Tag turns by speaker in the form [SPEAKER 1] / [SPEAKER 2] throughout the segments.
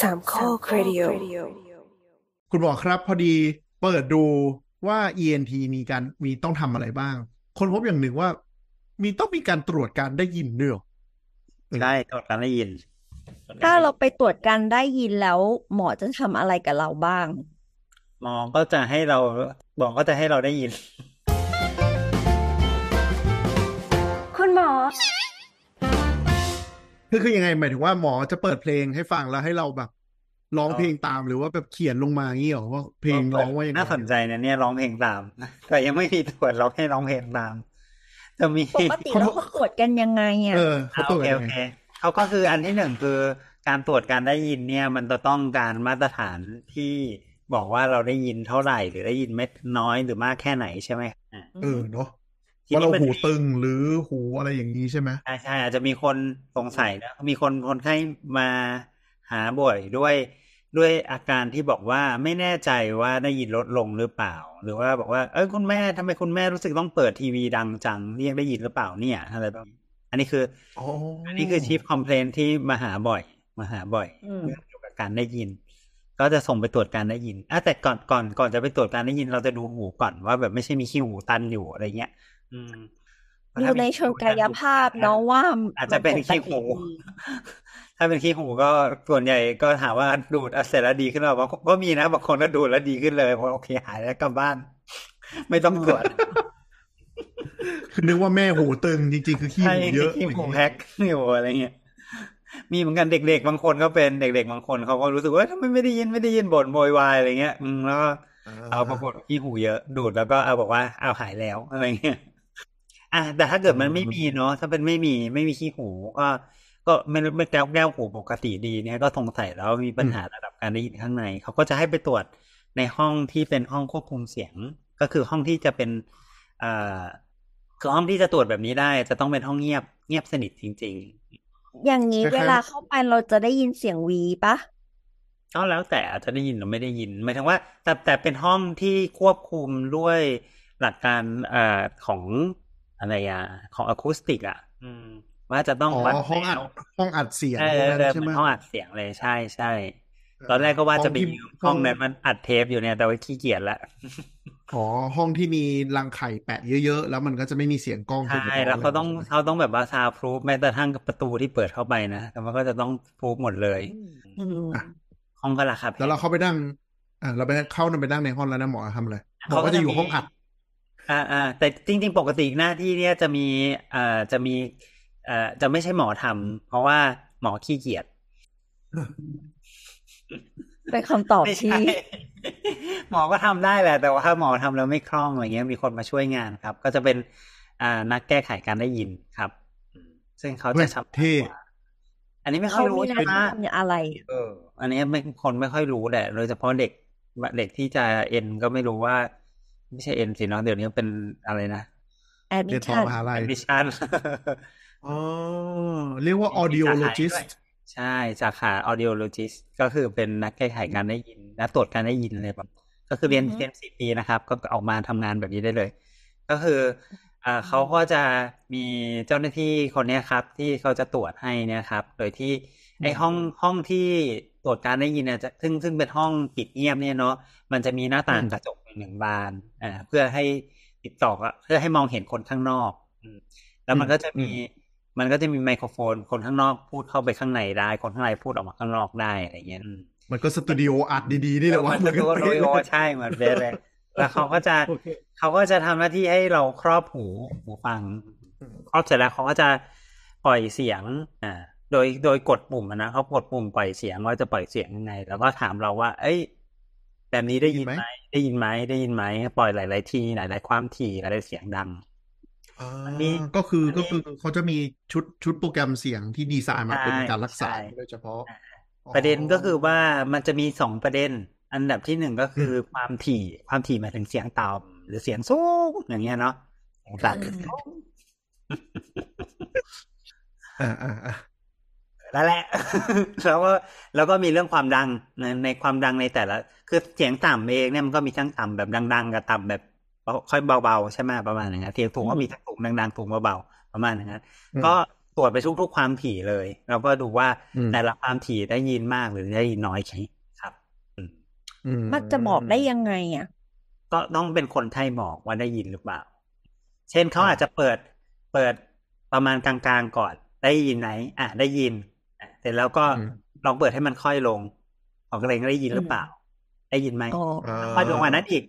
[SPEAKER 1] สามข้อครดิโอ
[SPEAKER 2] คุณหมอครับ พอดีเปิดดูว่า ENT มีการมีต้องทำอะไรบ้าง คนพบอย่างหนึ่งว่า มีต้องมีการตรวจการได้ยินด้วยเหรอ
[SPEAKER 3] ใช่ตรวจการได้ยิน
[SPEAKER 4] ถ้าเราไปตรวจการได้ยินแล้ว หมอจะทำอะไรกับเราบ้าง
[SPEAKER 3] หมอก็จะให้เราหมอก็จะให้เราได้ยิน
[SPEAKER 1] คุณหมอ
[SPEAKER 2] คือคือยังไงหมายถึงว่าหมอจะเปิดเพลงให้ฟังแล้วให้เราแบบร้องเพลงตามหรือว่าแบบเขียนลงมาอย่างนี้เหรอว่าเพลงร้องว่ายังไง
[SPEAKER 3] น่าสนใจนะเนี่ยร้องเพลงตาม แต่ยังไม่มีตรวจเราให้ร้องเพลงตาม จะมี
[SPEAKER 4] ปกติเราเขาตรวจกันยังไงอ่ะ
[SPEAKER 2] เออเขา
[SPEAKER 3] อ่ะ
[SPEAKER 2] ตรวจ
[SPEAKER 3] โอเค
[SPEAKER 2] ยั
[SPEAKER 3] โอง
[SPEAKER 2] ไง
[SPEAKER 3] เคเขาก็คืออันที่หนึ่งคือการตรวจการได้ยินเนี่ย มันจะต้องการมาตรฐานที่บอกว่าเราได้ยินเท่าไหร่ หรือได้ยินเม็ดน้อยหรือมากแค่ไหนใช่ไหมอ่ะ
[SPEAKER 2] เออเนาะ
[SPEAKER 3] ที
[SPEAKER 2] ว่า
[SPEAKER 3] นี้
[SPEAKER 2] เรา
[SPEAKER 3] มัน
[SPEAKER 2] หูตึงหรือหูอะไรอย่างนี้ใช่ไหม
[SPEAKER 3] ใช่ใช่อาจจะมีคนสงสัยนะมีคนคนไข้มาหาบ่อยด้วย ด้วยอาการที่บอกว่าไม่แน่ใจว่าได้ยินลดลงหรือเปล่า หรือว่าบอกว่าเอ้ยคุณแม่ทำไมคุณแม่รู้สึกต้องเปิดทีวีดังจังเรียกได้ยินหรือเปล่าเนี่ยอะไรแบบนี้อันนี้คือ
[SPEAKER 2] อ๋อ
[SPEAKER 3] อั
[SPEAKER 2] อั
[SPEAKER 3] นนี้คือชีฟคอมเพลนที่มาหาบ่อย มาหาบ่อย
[SPEAKER 4] อืม
[SPEAKER 3] เรื่องเกี่ยวกับการได้ยิน ก็จะส่งไปตรวจการได้ยินอ่ะแต่ก่อนก่อนก่อนจะไปตรวจการได้ยิน เราจะดูหูก่อนว่าแบบไม่ใช่มีขี้หูตันอยู่อะไรเงี้ย อืม
[SPEAKER 4] ดูในเชิงกายภาพเนาะว่า
[SPEAKER 3] อาจจะเป็นขี้หู ถ้าเป็นขี้หูก็ส่วนใหญ่ก็ถามว่าดูดอ่ะเสร็จแล้วดีขึ้นหรือเปล่าก็มีนะบางคนก็ดูดแล้วดีขึ้นเลยพอโอเคหายแล้วกลับบ้าน ไม่ต้องตรวจ
[SPEAKER 2] คือนึกว่าแม่หูตึงจริงๆคือขี้
[SPEAKER 3] ใช่
[SPEAKER 2] หูเยอะ
[SPEAKER 3] ขี้หูแฮกอยู่อะไรเงี้ย มีเหมือนกันเด็ก ๆ บางคนก็เป็นเด็ก ๆ บางคนเขาก็รู้สึกว่าเอ้ยทำไมไม่ได้ยินไม่ได้ยินบ่นโวยวายอะไรเงี้ยอืมแล้วก็ เอาปรากฏขี้หูเยอะดูดแล้วก็เอาบอกว่าเอาหายแล้วอะไรเงี้ยอ่ะแต่ถ้าเกิดมันไม่มีเนาะถ้าเป็นไม่มีไม่มีขี้หู ก็ ก็ไม่ไม่แก้วแก้วหูปกติดีเนี่ยก็สงสัยแล้วมีปัญหาระดับการได้ยินข้างในเขาก็จะให้ไปตรวจในห้องที่เป็นห้องควบคุมเสียง ก็คือห้องที่จะเป็นอ่าคือห้องที่จะตรวจแบบนี้ได้ จะต้องเป็นห้องเงียบเงียบสนิทจริง
[SPEAKER 4] อย่างนี้เวลาเข้าไปเราจะได้ยินเสียงหวีปะ
[SPEAKER 3] ๆ ก็แล้วแต่อาจจะได้ยินหรือไม่ได้ยินหมายถึงว่า แต่แต่เป็นห้องที่ควบคุมด้วยหลักการเอ่อของอะไรอะของอะคูสติกอะอืม ว่าจะต้อง
[SPEAKER 2] อ๋อ
[SPEAKER 3] วัด
[SPEAKER 2] ห้องอัดห้องอัดเสียง
[SPEAKER 3] เออเออ
[SPEAKER 2] ใช่
[SPEAKER 3] เป็
[SPEAKER 2] ไหม
[SPEAKER 3] นห้องอัดเสียงเลยใช่ใช่ตอนแรกก็ว่าจะไป
[SPEAKER 2] ที่
[SPEAKER 3] ยืมห้องนั้นมันอัดเทปอยู่เนี่ยแต่ว่าขี้เกียจละ
[SPEAKER 2] อ๋อห้องที่มีรังไข่แปะเยอะๆแล้วมันก็จะไม่มีเสียงกล้อง
[SPEAKER 3] ใช่แล้วเขาต้องเขาต้องแบบว่าซาพรูฟแม้กระทั่งกับประตูที่เปิดเข้าไปนะแต่มันก็จะต้องพรูฟหมดเลย
[SPEAKER 4] อืม
[SPEAKER 3] ห้องก็ราคาแพง
[SPEAKER 2] แล้วเราเข้าไปนั่งอ่าเราไปเข้าไปนั่งในห้องแล้วนะหมอทำอะไรหมอก็จะอยู่ห้องอัด
[SPEAKER 3] อ่าอ่าแต่จริง ๆ ปกติหน้าที่เนี่ยจะมีเอ่อจะมีเอ่อจะไม่ใช่หมอทำเพราะว่าหมอขี้เกียจ
[SPEAKER 4] เป็นคำตอบ
[SPEAKER 3] ไม่ใช่
[SPEAKER 4] ที่
[SPEAKER 3] หมอก็ทำได้แหละ แต่ว่าถ้าหมอทำแล้วไม่คล่องอะไรเงี้ยมีคนมาช่วยงานครับ ก็จะเป็นอ่านักแก้ไขการได้ยินครับอืมซึ่งเขาจะทำ
[SPEAKER 2] เท่
[SPEAKER 3] มากกว่าอันนี้ไม่ค่อ
[SPEAKER 4] เขา
[SPEAKER 3] ยรู้
[SPEAKER 4] มีหน้า
[SPEAKER 3] ใช่ไหม
[SPEAKER 4] ที่ทำอะไร
[SPEAKER 3] เออ อันนี้ไม่คนไม่ค่อยรู้แหละ โดยเฉพาะเด็กเด็กที่จะเอ็นก็ไม่รู้ว่า ไม่ใช่เอ็นสิเนาะเดี๋ยวนี้เป็นอะไรนะ
[SPEAKER 2] เรียนต่อ
[SPEAKER 4] admission
[SPEAKER 2] มหาลัย
[SPEAKER 3] มิชชั่น
[SPEAKER 2] อ๋อเรียกว่า audiologist
[SPEAKER 3] ใช่สาขา audiologist ก็คือเป็นนักแก้ไขการได้ยินนักตรวจการได้ยินอะไรแบบก็คือเรียน
[SPEAKER 4] อือฮึ
[SPEAKER 3] เรียนสี่ปีนะครับ ก็ออกมาทำงานแบบนี้ได้เลย ก็คืออ่าเขาก็จะมีเจ้าหน้าที่คนเนี้ยครับ ที่เขาจะตรวจให้เนะครับ โดยที่ไอห้องห้องที่ตรวจการได้ยินเนี่ยจะซึ่งซึ่งเป็นห้องปิดเงียบเนี่ยเนาะมันจะมีหน้าต่างกระจกหนึ่งบานอ่าเพื่อให้ติดต่อกับเพื่อให้มองเห็นคนข้างนอกอืมแล้วมันก็จะมี มันก็จะมีไมโครโฟน คนข้างนอกพูดเข้าไปข้างในได้ คนข้างในพูดออกมาข้างนอกได้อะไรเงี้ยอืม
[SPEAKER 2] มันก็สตูดิโออัดดีๆนี่แหละว่า
[SPEAKER 3] มันก็โรยโอใช่เหมือนเป๊ะเลยแล้วเขาก็จะ
[SPEAKER 2] โอเค
[SPEAKER 3] เขาก็จะทำหน้าที่ให้เราครอบหูหูฟัง ครอบเสร็จแล้วเขาก็จะปล่อยเสียงอ่าโดยโดยกดปุ่มอะนะเขากดปุ่มปล่อยเสียงว่าจะปล่อยเสียงยังไง แล้วก็ถามเราว่า เอ้ย แบบนี้ได้ยินไหมได้ยินไหมได้ยินไหมปล่อยหลาย ๆ ทีหลาย ๆ ความถี่หลายๆเสียงดัง
[SPEAKER 2] อ่า
[SPEAKER 3] อันนี้
[SPEAKER 2] ก็คือ
[SPEAKER 3] อันนี้
[SPEAKER 2] ก็คือเขาจะมีชุดชุดโปรแกรมเสียงที่ดีไซน์มา
[SPEAKER 3] ใช่
[SPEAKER 2] เป็นการรักษา
[SPEAKER 3] ใช่
[SPEAKER 2] โดยเฉพาะ
[SPEAKER 3] ประเด็นก็คือว่ามันจะมีสองประเด็น อันดับที่หนึ่งก็คือความถี่ความถี่หมายถึงเสียงต่ำหรือเสียงสูงอย่างเงี้ยเนาะเสียงต่
[SPEAKER 2] อ่าอ่าอ่า
[SPEAKER 3] ำแล้วแหละ แล้วก็แล้วก็มีเรื่องความดังในในความดังในแต่ละ คือเสียงต่ำเองเนี่ยมันก็มีทั้งต่ำแบบดัง ๆ กับต่ำแบบเบาค่อยเบาๆใช่ไหมประมาณอย่างเงี้ยเสียงสูงก็มีทั้งสูงดังๆสูงเบาๆประมาณอย่างเงี้ย ก็ ตรวจไปทุกๆความถี่เลย แล้วก็ดูว่า
[SPEAKER 2] อืม
[SPEAKER 3] แต่ละความถี่ได้ยินมากหรือได้ยินน้อยใช่ครับ
[SPEAKER 2] อื
[SPEAKER 4] มันจะบอกได้ยังไงอ่ะ
[SPEAKER 3] ก็ต้องเป็นคนไทยบอกว่าได้ยินหรือเปล่า เช่นเขาอาจจะเปิดเปิดประมาณกลางๆก่อน ได้ยินไหมอ่ะได้ยินอ่ะเสร็จแล้วก็
[SPEAKER 2] อืม
[SPEAKER 3] ลองเปิดให้มันค่อยลงของเรงได้ยินหรือเปล่า ได้ยินไหม
[SPEAKER 4] อ๋อ
[SPEAKER 3] ค่อยลงมานั้นอีก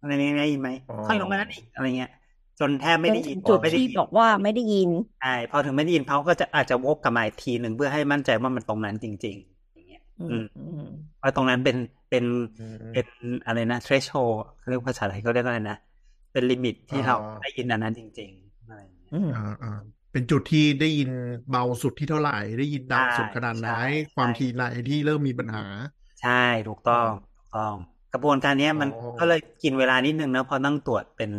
[SPEAKER 3] อะไรนี้ได้ยินไหม
[SPEAKER 2] อ๋อ
[SPEAKER 3] ค่อยลงมานั้นอีกอะไรเงี้ย จนแทบไม่ได้ยิน
[SPEAKER 4] จุด
[SPEAKER 3] ไม่ได้
[SPEAKER 4] ที่
[SPEAKER 3] ยิน
[SPEAKER 4] บอกว่าไม่ได้ยิน
[SPEAKER 3] ใช่พอถึงไม่ได้ยินเขาก็จะอาจจะวกกลับมาอีกทีหนึ่งเพื่อให้มั่นใจว่ามันตรงนั้นจริง ๆ อย่างเงี้ย
[SPEAKER 4] อืมอืม
[SPEAKER 3] ว่าตรงนั้นเป็นเป็น
[SPEAKER 2] อืม
[SPEAKER 3] เป็นอะไรนะ threshold เขาเรียกภาษาไทยเขาเรียกว่าอะไรนะ เป็นลิมิตที่
[SPEAKER 2] อ่า
[SPEAKER 3] เราได้ยินอันนั้นจริงๆอะไรอย่างเงี้ย
[SPEAKER 4] อืม
[SPEAKER 2] อ่าอ่าเป็นจุดที่ได้ยินเบาสุดที่เท่าไหร่ ได้ยินดังสุดขนาดไหน
[SPEAKER 3] ใช่ใช่
[SPEAKER 2] ความทีไหนที่เริ่มมีปัญหา
[SPEAKER 3] ใช่ถูกต้องถูกต้อง กระบวนการเนี้ยมัน
[SPEAKER 2] อ๋อ
[SPEAKER 3] ก็เลยกินเวลานิดนึงเนอะเพอต้องตรวจเป็น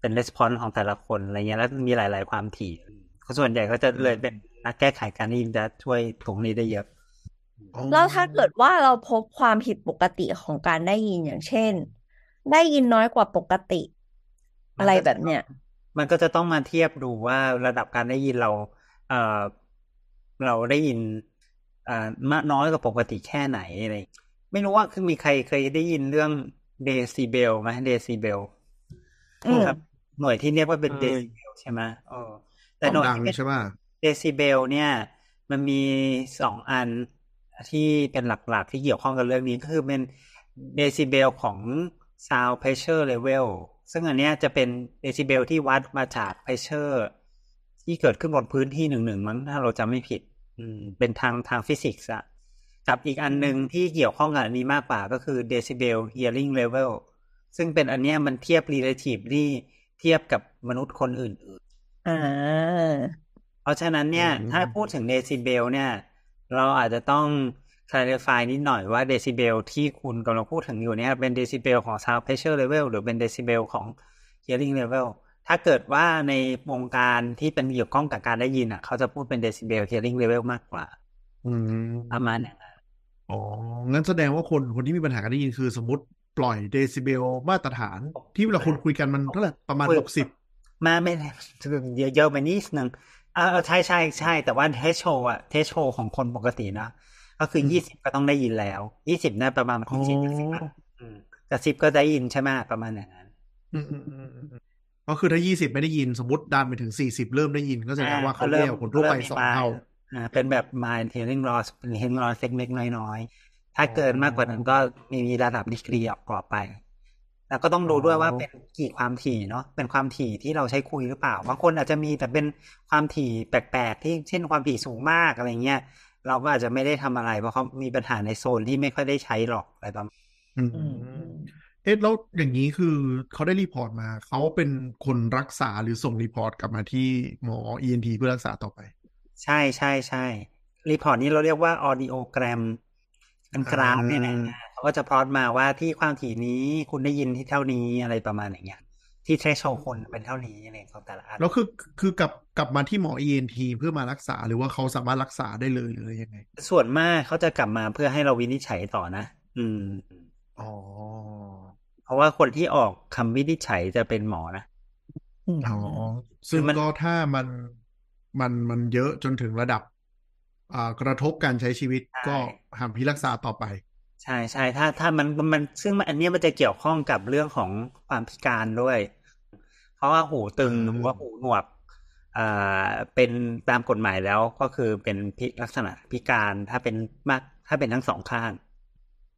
[SPEAKER 3] เป็น response ของแต่ละคนอะไรเงี้ยแล้วมีหลาย ๆ ความถี่ส่วนใหญ่ก็จะเลยเป็นนักแก้ไขการได้ยินจะช่วยตรงนี้ได้เยอะ
[SPEAKER 2] อ๋อ
[SPEAKER 4] แล้วถ้าเกิดว่าเราพบความผิดปกติของการได้ยินอย่างเช่น ได้ยินน้อยกว่าปกติ อะไรแบบเนี้ย
[SPEAKER 3] มันก็จะต้องมาเทียบดูว่าระดับการได้ยินเรา เอ่อ เราได้ยินเอ่อมากน้อยกว่าปกติแค่ไหนอะไร ไม่รู้ว่าคือมีใครเคยได้ยินเรื่องเดซิเบลไหมเดซิเบล
[SPEAKER 4] อืม
[SPEAKER 3] ครับ หน่วยที่เรียกว่าเป็น
[SPEAKER 2] อืม
[SPEAKER 3] เดซิเบลใช่ไหมเออ
[SPEAKER 2] ค
[SPEAKER 3] แต่
[SPEAKER 2] วาม
[SPEAKER 3] หน่วย
[SPEAKER 2] ดัง
[SPEAKER 3] ที่เป็น
[SPEAKER 2] ใช่ป่ะ
[SPEAKER 3] เดซิเบลเนี่ยมันมีสองอันที่เป็นหลักๆ ที่เกี่ยวข้องกับเรื่องนี้ก็คือเป็นเดซิเบลของ sound pressure level ซึ่งอันเนี้ยจะเป็นเดซิเบลที่วัดมาจาก pressure ที่เกิดขึ้นบนพื้นที่หนึ่งๆมั้งถ้าเราจำไม่ผิด อืมเป็นทางทางฟิสิกส์อะกับอีกอันหนึ่งที่เกี่ยวข้องกับอันนี้มากกว่าก็คือ decibel hearing level ซึ่งเป็นอันเนี้ยมันเทียบ relatively เทียบกับมนุษย์คนอื่นๆ
[SPEAKER 4] อ่า
[SPEAKER 3] เพราะฉะนั้นเนี่ย
[SPEAKER 2] อืม
[SPEAKER 3] ถ้าพูดถึงเดซิเบลเนี่ย เราอาจจะต้อง clarify นิดหน่อยว่าเดซิเบลที่คุณกำลังพูดถึงอยู่เนี่ยเป็นเดซิเบลของ sound pressure level หรือเป็นเดซิเบลของ hearing level ถ้าเกิดว่าในวงการที่เป็นเกี่ยวข้องกับการได้ยินอ่ะ เขาจะพูดเป็นเดซิเบล hearing level มากกว่า
[SPEAKER 2] อืม
[SPEAKER 3] ประมาณอย่างนั้น
[SPEAKER 2] อ๋อ งั้นแสดงว่าคนคนที่มีปัญหาการได้ยินคือสมมติปล่อยเดซิเบลมาตรฐาน ที่เวลาคนคุยกันมันเท่าไหร่ประมาณหกสิบ
[SPEAKER 3] มาไม่ถึง เยอะๆไปนิดนึงเออใช่ใช่ใช่แต่ว่าเทสโชอ่ะเทสโชของคนปกตินะ ก็คือยี่สิบก็ต้องได้ยินแล้วยี่สิบน่าประมาณ
[SPEAKER 2] อ๋อ
[SPEAKER 3] ยี่สิบถึงสิบ อืมกระซิบก็ได้ยินใช่ไหมประมาณอย่างนั้น
[SPEAKER 2] อืมอืมอืมอืมก็คือถ้ายี่สิบไม่ได้ยินสมมติดันไปถึงสี่สิบเริ่มได้ยินก็แสดงว่าเขาเรียกว่าคนทั่วไปสองเท่า
[SPEAKER 3] อ่า เป็นแบบ mind hearing loss เป็น hearing loss เล็กๆน้อยๆ ถ้าเกินมากกว่านั้นก็มีระดับดีกรีออกกรอบไป แล้วก็ต้องดูด้วยว่าเป็นกี่ความถี่เนาะ เป็นความถี่ที่เราใช้คุยหรือเปล่า บางคนอาจจะมีแต่เป็นความถี่แปลกๆ ที่เช่นความถี่สูงมากอะไรเงี้ย เราก็อาจจะไม่ได้ทำอะไร เพราะเขามีปัญหาในโซนที่ไม่ค่อยได้ใช้หรอกอะไรประมาณ
[SPEAKER 2] อืม เอ๊ะแล้วอย่างนี้คือเขาได้รีพอร์ตมา เขาเป็นคนรักษาหรือส่งรีพอร์ตกลับมาที่หมอ ENT เพื่อรักษาต่อไป
[SPEAKER 3] ใช่ใช่ใช่รีพอร์ตนี้เราเรียกว่า audiogram เป็นกราฟเนี่ยนะ
[SPEAKER 2] อ่า
[SPEAKER 3] เขาก็จะพลอตมาว่าที่ความถี่นี้คุณได้ยินที่เท่านี้อะไรประมาณอย่างเงี้ยที่เทรชโชคนเป็นเท่านี้อะไรของแต่ละอัน
[SPEAKER 2] แล้วคือคือกลับกลับมาที่หมอ ENT เพื่อมารักษาหรือว่าเขาสามารถรักษาได้เลยหรืออะไรยังไง
[SPEAKER 3] ส่วนมากเขาจะกลับมาเพื่อให้เราวินิจฉัยต่อนะ อืม
[SPEAKER 2] อ๋อ
[SPEAKER 3] เพราะว่าคนที่ออกคำวินิจฉัยจะเป็นหมอนะ
[SPEAKER 2] อ๋อซึ่ง
[SPEAKER 3] คือมัน
[SPEAKER 2] ก็ถ้ามันมันมันเยอะจนถึงระดับ อ่ากระทบการใช้ชีวิตก็หามพิรักษาต่อไป
[SPEAKER 3] ใช่ใช่ถ้าถ้ามันมันซึ่งมันอันเนี้ยมันจะเกี่ยวข้องกับเรื่องของความพิการด้วย เพราะว่าหูตึง
[SPEAKER 2] อืม
[SPEAKER 3] หรือว่าหูหนวกอ่าเป็นตามกฎหมายแล้วก็คือเป็นพิลักษณะพิการถ้าเป็นมากถ้าเป็นทั้งสองข้าง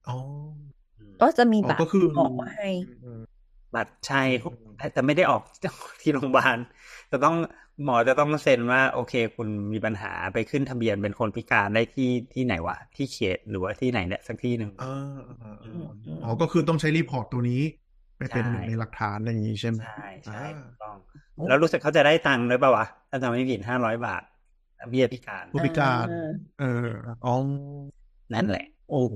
[SPEAKER 2] อ๋อ
[SPEAKER 4] ก็จะมี
[SPEAKER 2] อ๋อ
[SPEAKER 4] บัตร
[SPEAKER 2] ก็คือ
[SPEAKER 4] บอกมาให้
[SPEAKER 3] บัตรใช่แต่ไม่ได้ออก ที่โรงพยาบาลจะต้องหมอจะต้องเซ็นว่า โอเค คุณมีปัญหาไปขึ้นทะเบียนเป็นคนพิการได้ที่ที่ไหนวะที่เขตหรือว่าที่ไหนเนี่ยสักที่หนึ่ง
[SPEAKER 2] เออเออเออ
[SPEAKER 4] อืม
[SPEAKER 2] อ๋อ ก็คือต้องใช้รีพอร์ตตัวนี้ ไปเป็น
[SPEAKER 3] ใช่
[SPEAKER 2] หนึ่งในหลักฐานอะไรอย่างนี้ใช่ไหม
[SPEAKER 3] ใช่ใช่ถูกต้อง
[SPEAKER 2] โอ้
[SPEAKER 3] แล้วรู้สึกเขาจะได้ตังค์ด้วยป่าวะถ้าจำไม่ผิดห้าร้อยบาทเบี้ยพิการ
[SPEAKER 2] ผู้พิการ
[SPEAKER 4] เออ
[SPEAKER 2] เอออ๋อ
[SPEAKER 3] นั่นแหละ
[SPEAKER 2] โอ้โห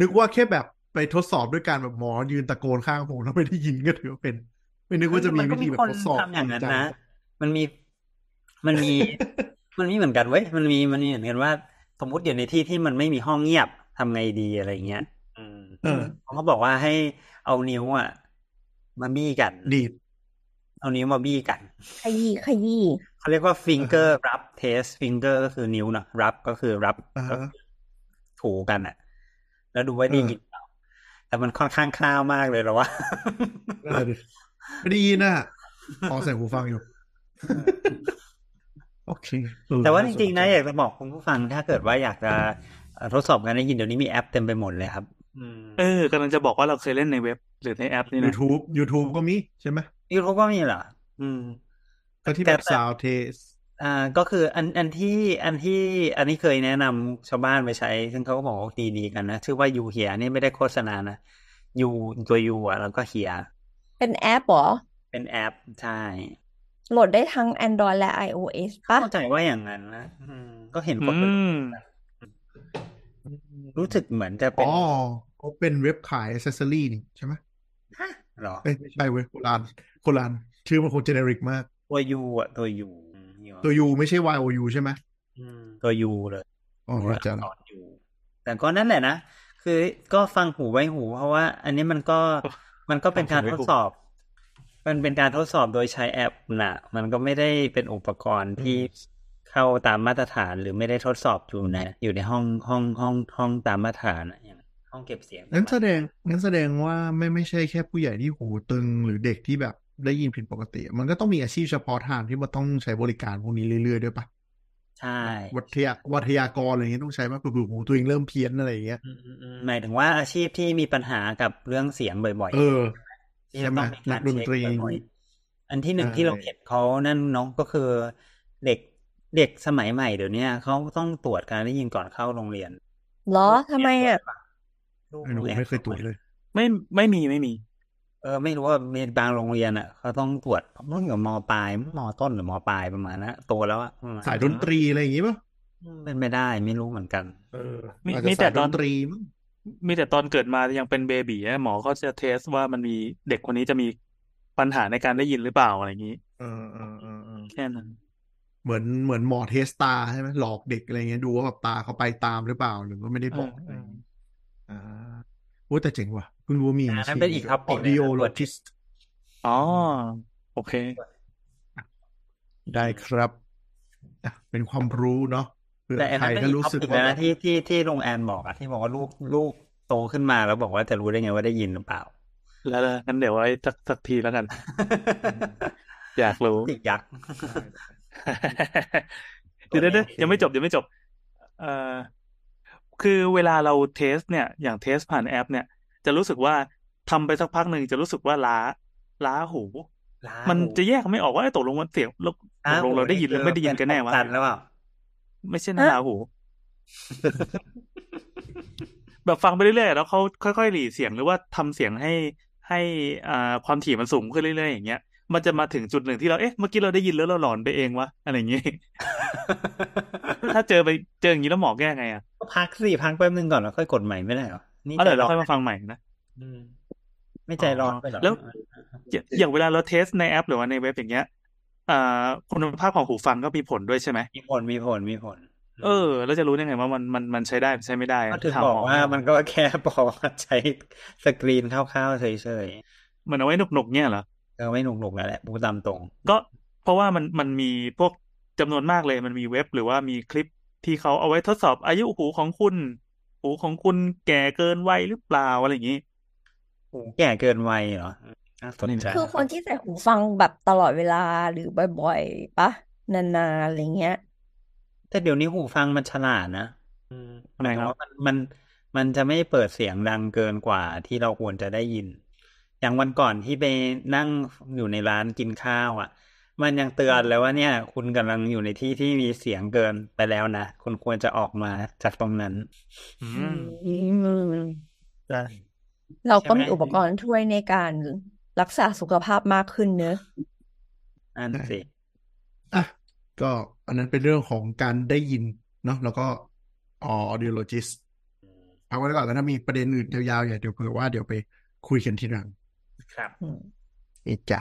[SPEAKER 2] นึกว่าแค่แบบไปทดสอบด้วยการแบบหมอยืนตะโกนข้างหูแล้วไม่ได้ยินก็ถือว่าเป็น ไม่นึกว่าจะมี
[SPEAKER 3] นก็
[SPEAKER 2] วิธีแบบ
[SPEAKER 3] คน
[SPEAKER 2] ทดสอบ
[SPEAKER 3] ทำอย่างนั้น
[SPEAKER 2] จริ
[SPEAKER 3] นะ
[SPEAKER 2] จั
[SPEAKER 3] มันมี มันมี มันมีเหมือนกันเว้ย มันมี มันมีเหมือนกันว่า สมมติอยู่ในที่ที่มันไม่มีห้องเงียบทำไงดีอะไรเงี้ย อืม
[SPEAKER 2] เออ
[SPEAKER 3] เขาบอกว่าให้เอานิ้วอ่ะมาบี้กัน
[SPEAKER 2] ดีด
[SPEAKER 3] เอานิ้วมาบี้กัน
[SPEAKER 4] ขยี้ขยี้
[SPEAKER 3] ข เขาเรียกว่า finger rub test finger ก็คือนิ้วเนาะ rub ก็คือ rub
[SPEAKER 2] อ่าฮะ
[SPEAKER 3] ก็คือถูกันอะแล้วดูว่าได้
[SPEAKER 2] เออ
[SPEAKER 3] ยินเปล่าแต่มันค่อนข้างคล้าวมากเลยเหรอวะ
[SPEAKER 2] เออดิไม่ได้ยินน่ะออกใส่หูฟังอยู่ โอเคเออ
[SPEAKER 3] แต่ว่าจริงๆนะอ
[SPEAKER 2] ส
[SPEAKER 3] ยากจะบอกคุณผู้ฟังถ้าเกิดว่าอยากจะเอ่อทดสอบการได้ยินเดี๋ยวนี้มีแอปเต็มไปหมดเลยครับ อืม
[SPEAKER 5] เออกำลังจะบอกว่าเราเคยเล่นในเว็บหรือในแอปนี่
[SPEAKER 2] นใจ
[SPEAKER 5] นะ
[SPEAKER 2] YouTube YouTube ก็มีใช่ไหม
[SPEAKER 3] ยูทูบก็มีเหรออืม
[SPEAKER 2] ก็ที่
[SPEAKER 3] แต่
[SPEAKER 2] แบบ
[SPEAKER 3] แต่
[SPEAKER 2] ซาวเทส
[SPEAKER 3] อ่าก็คืออันอันที่อันที่อันนี้เคยแนะนำชาวบ้านไปใช้ ซึ่งเขาก็บอกว่าดีดีกันนะ ชื่อว่ายูเฮียนี่ไม่ได้โฆษณานะยูตัวยูอ่ะแล้วก็เฮีย
[SPEAKER 4] เป็นแอปเหรอ
[SPEAKER 3] เป็นแอปใช่
[SPEAKER 4] โหลดได้ทั้ง Android และ iOS ปะ
[SPEAKER 3] เข้าใจว่าอย่างนั้นนะอืมก็เห็นคน
[SPEAKER 5] อืม
[SPEAKER 3] รู้สึกเหมือนจะเป็น
[SPEAKER 2] อ๋อเขาเป็นเว็บขายอ c เซสซอรี่นี่ใช่ไหม
[SPEAKER 3] หรอ
[SPEAKER 2] เอ้ยไม่ใช่เว้ยโคลานโคลานชื่อมันคงเจเนริกมาก
[SPEAKER 3] ตัวยูอ่ะตัวยูอืมยู
[SPEAKER 2] ตัว U ไม่ใช่ YOU ใช่ไหม
[SPEAKER 3] อืมตัวยูเลย
[SPEAKER 2] อ๋อ
[SPEAKER 3] หัว
[SPEAKER 2] อาจารย์
[SPEAKER 3] สอนอยู่ แต่ก็นั่นแหละนะ คือก็ฟังหูไว้หู เพราะว่า อันนี้มันก็มันก็เป็นการทดสอบ มันเป็นการทดสอบโดยใช้แอปนะมันก็ไม่ได้เป็นอุปกรณ์ที่เข้าตามมาตรฐานหรือไม่ได้ทดสอบอยู่ในอยู่ในห้องห้องห้องห้องตามมาตรฐานอะอย่างห้องเก็บเสียง
[SPEAKER 2] งั้นแสดงงั้นแสดงว่าไม่ไม่ใช่แค่ผู้ใหญ่ที่หูตึงหรือเด็กที่แบบได้ยินผิดปกติ มันก็ต้องมีอาชีพเฉพาะทางที่มันต้องใช้บริการพวกนี้เรื่อยๆด้วยปะ
[SPEAKER 3] ใช่
[SPEAKER 2] วัทยาวัทยากรอะไรอย่างเงี้ยต้องใช้มากเผื่อหูตัวเองเริ่มเพี้ยนอะไรอย่างเงี้ย
[SPEAKER 3] อืมอืมอืมหมายถึงว่าอาชีพที่มีปัญหากับเรื่องเสียงบ่อยๆ
[SPEAKER 2] เออ
[SPEAKER 3] ที่จะต้องมี
[SPEAKER 2] ใช่ไหมนั
[SPEAKER 3] การ
[SPEAKER 2] ก
[SPEAKER 3] เช็ค
[SPEAKER 2] ดนตรี
[SPEAKER 3] บ่อยๆอันที่หนึ่ง
[SPEAKER 2] อ่า
[SPEAKER 3] ที่เราเห็นเขานั่นเน้องก็คือเด็กเด็กสมัยใหม่เดี๋ยวเนี้ยเขาต้องตรวจการได้ยินก่อนเข้าโรงเรียน
[SPEAKER 4] เหรอทำไมอ่ะ
[SPEAKER 3] ลูก
[SPEAKER 2] ไม่รู้
[SPEAKER 3] แอบ
[SPEAKER 2] ไม่เคยตรวจเลย
[SPEAKER 5] ไม่ไม่มีไม่มี
[SPEAKER 3] เออไม่รู้ว่ามีบางโรงเรียนอ่ะเขาต้องตรวจเพราะมันอยู่มปลายมต้นหรือมปลายประมาณนะโตแล้วอ่ะ
[SPEAKER 2] สายดนตรีอะไรอย่างงี้ปะ
[SPEAKER 3] เป็นไม่ได้ไม่รู้เหมือนกัน
[SPEAKER 2] เออ
[SPEAKER 5] มี
[SPEAKER 2] อาจจะ
[SPEAKER 5] มีแต่
[SPEAKER 2] สาย
[SPEAKER 5] ต
[SPEAKER 2] ด
[SPEAKER 5] อน
[SPEAKER 2] นตรีมั้ง
[SPEAKER 5] มีแต่ตอนเกิดมายังเป็นเบบี๋อะหมอก็จะเทสว่ามันมีเด็กคนนี้จะมีปัญหาในการได้ยินหรือเปล่าอะไรอย่างนี้
[SPEAKER 2] เออเออเออเออ
[SPEAKER 5] แค่นั้น
[SPEAKER 2] เหมือนเหมือนหมอเทสตาใช่ไหมหลอกเด็กอะไรเงี้ยดูว่าแบบตาเขาไปตามหรือเปล่าหรือว่าไม่ได้บอก
[SPEAKER 5] อ่า
[SPEAKER 2] อะไรอย่างงี้อ่าโอ้แต่เจ๋งว่ะเพิ่งรู้ว่ามี
[SPEAKER 3] อันนั้น
[SPEAKER 2] ชื่
[SPEAKER 3] เป็นอีกครับ
[SPEAKER 2] อ audiologist
[SPEAKER 5] อ๋อ โอเค
[SPEAKER 2] ได้ครับอ่ะเป็นความรู้เนาะเผื่อ
[SPEAKER 3] แต่อัน
[SPEAKER 2] ใคร
[SPEAKER 3] นั้นเป็
[SPEAKER 2] ถ้า
[SPEAKER 3] นอีก
[SPEAKER 2] รู้
[SPEAKER 3] ท็อ
[SPEAKER 2] สึก
[SPEAKER 3] ปิก
[SPEAKER 2] ว่า
[SPEAKER 3] แล้วนะที่ที่ที่โรงแอนบอกอะที่บอกว่าลูกลูกโตขึ้นมาแล้วบอกว่าจะรู้ได้ไงว่าได้ยินหรือเปล่า
[SPEAKER 5] แล้วแล้วงั้นเดี๋ยวไว้สักสักทีแล้วกัน อยากรู้
[SPEAKER 3] ติดยักษ์
[SPEAKER 5] เดี๋ยวเดี๋ยวเดี๋ยวยังไม่จบยังไม่จบ เอ่อ คือเวลาเราเทสเนี่ย อย่างเทสผ่านแอป เนี่ย จะรู้สึกว่าทำไปสักพักหนึ่งจะรู้สึกว่าล้า ล้าหู มันจะแยกไม่ออกว่าไอ้ตกลงมันเสียงตก
[SPEAKER 3] อ้ว
[SPEAKER 5] ลงเราได้ยินหรือไม่ได้ยินกันแน่วะ
[SPEAKER 3] ตันแล้วเปล่า
[SPEAKER 5] ไม่ใช่นะล้าหู แบบฟังไปเรื่อยๆแล้วเขาค่อยๆหลีเสียงหรือว่าทำเสียงให้ให้อ่าความถี่มันสูงขึ้นเรื่อยๆอย่างเงี้ย มันจะมาถึงจุดหนึ่งที่เราเอ๊ะเมื่อกี้เราได้ยินแล้วเราหลอนไปเองวะอะไรอย่างงี้ ถ้าเจอไปเจออย่างนี้แล้วหมอแก้ไงอ่ะ
[SPEAKER 3] ก็พักสิพักแป๊บนึงก่อนแล้วค่อยกดใหม่ไม่ได้เหรอนี่
[SPEAKER 5] เอาเดี๋ยวเรา
[SPEAKER 3] ใจ
[SPEAKER 5] ค่อยมาฟังใหม่นะ
[SPEAKER 3] อืมไม่ใจร้อนไปเหรอ
[SPEAKER 5] แล้ว อย่าอย่างเวลาเราเทสในแอป หรือว่าในเว็บอย่างเงี้ยอ่าคุณภาพของหูฟังก็มีผลด้วยใช่ไหม
[SPEAKER 3] มีผลมีผลมีผล
[SPEAKER 5] เออเราจะรู้ได้ไงว่ามันมันมันใช้ได้ใช้ไม่ได้
[SPEAKER 3] ก็ถึง
[SPEAKER 5] ถาม
[SPEAKER 3] บอ
[SPEAKER 5] ห
[SPEAKER 3] ก
[SPEAKER 5] มอ
[SPEAKER 3] ว่ามันก็แค่พอกว่าใช้สกรีนคร่าวๆเฉย
[SPEAKER 5] มันเอาไว้หนุกๆเนี่ยเหรอ
[SPEAKER 3] ๆก็ไม่หนุกๆแล้วแหละพูดตามตรง
[SPEAKER 5] ก็เพราะว่ามันมันมีพวกจำนวนมากเลยมันมีเว็บหรือว่ามีคลิปที่เขาเอาไว้ทดสอบอายุหูของคุณ หูของคุณแก่เกินวัยหรือเปล่าอะไรอย่างนี้
[SPEAKER 3] แก่เกินวัยเหรอน่าสนใจ
[SPEAKER 4] คือคนที่ใส่หูฟังแบบตลอดเวลาหรือบ่อยๆปะนานๆอะไรเงี้ย
[SPEAKER 3] แต่เดี๋ยวนี้หูฟังมันฉลาดนะ
[SPEAKER 5] ทำไมครับ
[SPEAKER 3] หายถึงว่ามันมันมันจะไม่เปิดเสียงดังเกินกว่าที่เราควรจะได้ยิน อย่างวันก่อนที่ไปนั่งอยู่ในร้านกินข้าวอ่ะ มันยังเตือนเลยว่าเนี่ย คุณกำลังอยู่ในที่ที่มีเสียงเกินไปแล้วนะคุณควรจะออกมาจากตรงนั้น
[SPEAKER 5] อืม
[SPEAKER 4] เราก็มี
[SPEAKER 3] ใช่ไหม
[SPEAKER 4] อุปกรณ์ช่วยในการรักษาสุขภาพมากขึ้นเนอะ
[SPEAKER 3] นั่นสิ
[SPEAKER 2] อ่ะก็อันนั้นเป็นเรื่องของการได้ยินเนาะแล้วก็ audiologist พักไว้ก่อนแล้วถ้ามีประเด็นอื่นยาวๆอย่าเดี๋ยวเผื่อว่าเดี๋ยวไปคุยกันทีหลัง
[SPEAKER 3] ครับ
[SPEAKER 4] อืม
[SPEAKER 2] เอะจ้ะ